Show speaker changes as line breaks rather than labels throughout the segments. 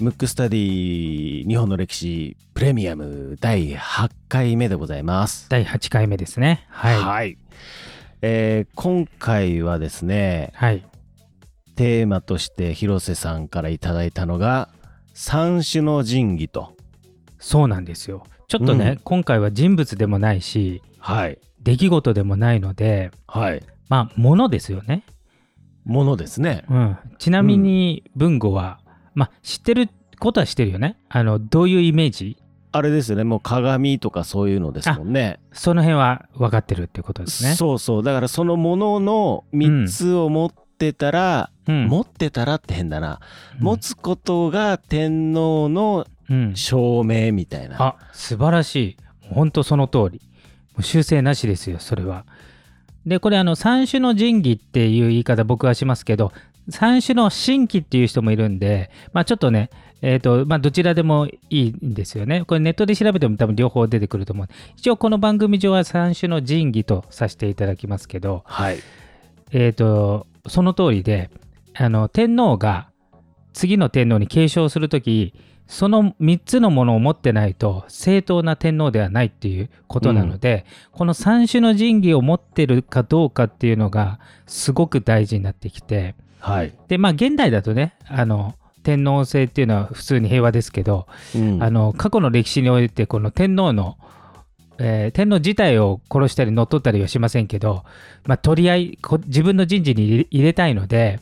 ムックスタディ日本の歴史プレミアム第8回目でございます。
第8回目ですね。はい。はい。
えー今回はですね、テーマとして広瀬さんからいただいたのが三種の神器と。
そうなんですよ。ちょっとね、
うん
今回は人物でもないし、
はい。
出来事でもないので、
はい。
まあ、ものですよね。
ものですね。
うん。ちなみに、文語は、まあ、知ってることは知ってるよね。あの、どういうイメージ
あれですよね。もう鏡とかそういうのですもんね。
その辺は分かってるってことですね。
そうそう。だからそのものの3つを持ってたら、
うん
持ってたらって変だな。
うん
持つことが天皇の
うん。
証明みたいな。
あ、素晴らしい。本当その通り。もう修正なしですよ、それは。で、これ、あの、三種の神器っていう言い方僕はしますけど、三種の神器っていう人もいるんで、まあちょっとね、えっ、と、まあどちらでもいいんですよね。これネットで調べても多分両方出てくると思う。一応この番組上は三種の神器とさせていただきますけど、
はい。
えっ、と、その通りで、あの、天皇が次の天皇に継承するとき、その3つのものを持ってないと正当な天皇ではないっていうことなので、この三種の神器を持ってるかどうかっていうのがすごく大事になってきて、
はい。
で、まあ現代だとね、あの、天皇制っていうのは普通に平和ですけど、
うん
あの過去の歴史においてこの天皇の、えー天皇自体を殺したり乗っ取ったりはしませんけど、まあ、取り合いこ自分の人事に入れ入れたいので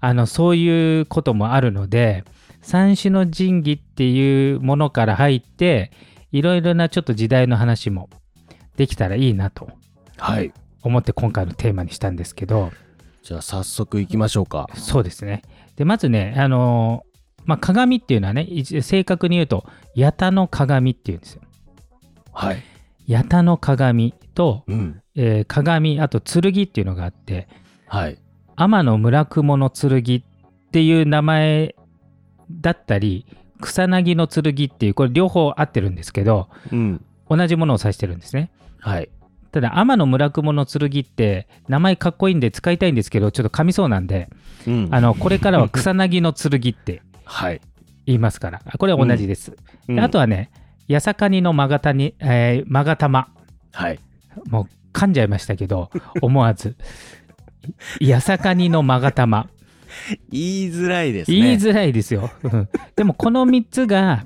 あのそういうこともあるので三種の神器っていうものから入っていろいろなちょっと時代の話もできたらいいなと
はい。
思って今回のテーマにしたんですけど
じゃあ早速行きましょうか。
そうですねでまずねあのーまあ、鏡っていうのはね一正確に言うと八田の鏡っていうんですよ
はい。
八田の鏡と、
うん。
えー鏡あと剣っていうのがあって
はい。
天の村雲の剣っていう名前だったり草薙の剣っていうこれ両方合ってるんですけど
うん。
同じものを指してるんですね
はい。
ただ天の村雲の剣って名前かっこいいんで使いたいんですけどちょっと噛みそうなんで
うん
あのこれからは草薙の剣って
はい。
言いますからこれは同じです、であと
は、
はね八坂にの勾がに、えー、勾玉
はい。
もう噛んじゃいましたけど、思わず。やさかにのまがたま。
言いづらいですね。
言いづらいですよ。うんでもこの3つが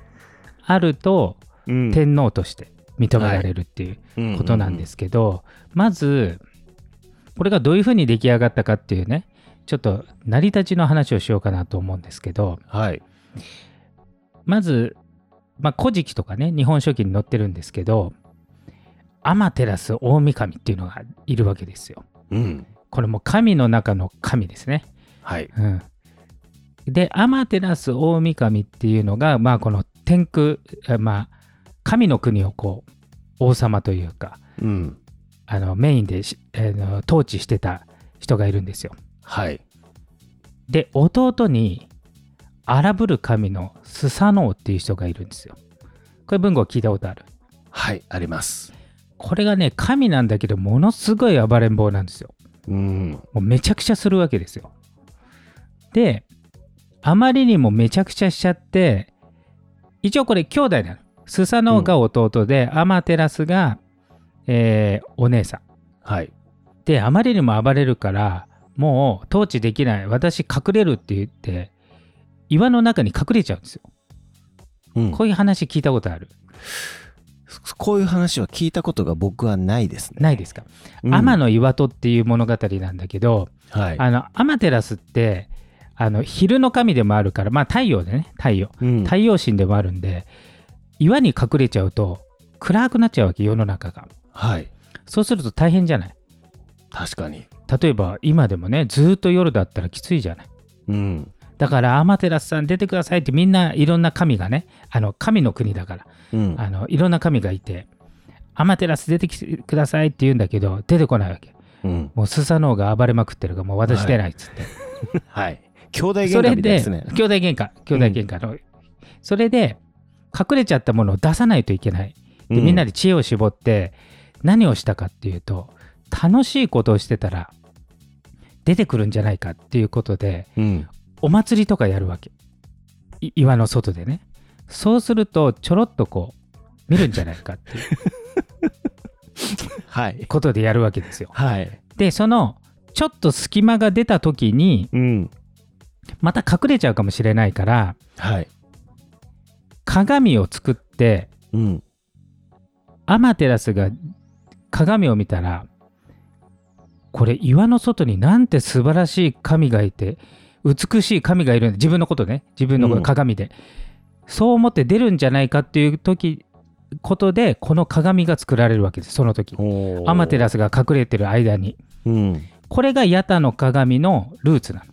あると
うん。
天皇として認められるっていうことなんですすけど、まず、これがどういうふうに出来上がったかっていうね、ちょっと成り立ちの話をしようかなと思うんですけど、
はい。
まず、まあ、古事記とかね、日本書紀に載ってるんですけど、天照大神っていうのがいるわけですよ。
うん。
これも神の中の神ですね。
はい。
うん、で、アマテラス大神っていうのが、まあ、この天空、えまあ、神の国をこう王様というか、
うん。
あのメインでし、えーの統治してた人がいるんですよ。
はい。
で、弟に荒ぶる神のスサノオっていう人がいるんですよ。これ文豪聞いたことある。
はい。あります。
これがね、神なんだけど、ものすごい暴れん坊なんですよ。
うん。
もうめちゃくちゃするわけですよ。で、あまりにもめちゃくちゃしちゃって、一応これ兄弟なの。スサノオが弟で、アマテラスが、えーお姉さん。
はい。
で、あまりにも暴れるから、もう統治できない。私隠れるって言って、岩の中に隠れちゃうんですよ。
うん
こういう話聞いたことある。
こういう話は聞いたことが僕はないですね。
ないですか、天の岩戸っていう物語なんだけど、
はい。
あの、アマテラスって、あの、昼の神でもあるから、まあ太陽でね、太陽。
うん
太陽神でもあるんで岩に隠れちゃうと暗くなっちゃうわけ世の中が
はい。
そうすると大変じゃない
確かに。
例えば今でもねずっと夜だったらきついじゃない
うん。
だからアマテラスさん出てくださいってみんないろんな神がねあの神の国だから
うん
あのいろんな神がいてアマテラス出てきてくださいって言うんだけど出てこないわけ
うん。
もうスサノオが暴れまくってるからもう私出ないっつって、
はい。兄弟
そ
喧嘩
れ
みたいで
です
ね。
兄弟喧嘩兄弟喧嘩の、それで隠れちゃったものを出さないといけないでみんな
で。
で知恵を絞って何をしたかっていうと楽しいことをしてたら出てくるんじゃないかっていうことで
うん
お祭りとかやるわけい岩の外でねそうするとちょろっとこう見るんじゃないかっていう
はい
ことでやるわけで すよ
はい
でそのちょっと隙間が出た時に
うん
また隠れちゃうかもしれないから
はい
鏡を作って
うん
アマテラスが鏡を見たらこれ岩の外になんて素晴らしい神がいて美しい神がいるんだ自分のことね自分のこ
う
と
ん
鏡で、そう思って出るんじゃないかっていう時ことでこの鏡が作られるわけですその時
おー
アマテラスが隠れてる間に
うん
これがヤタの鏡のルーツなの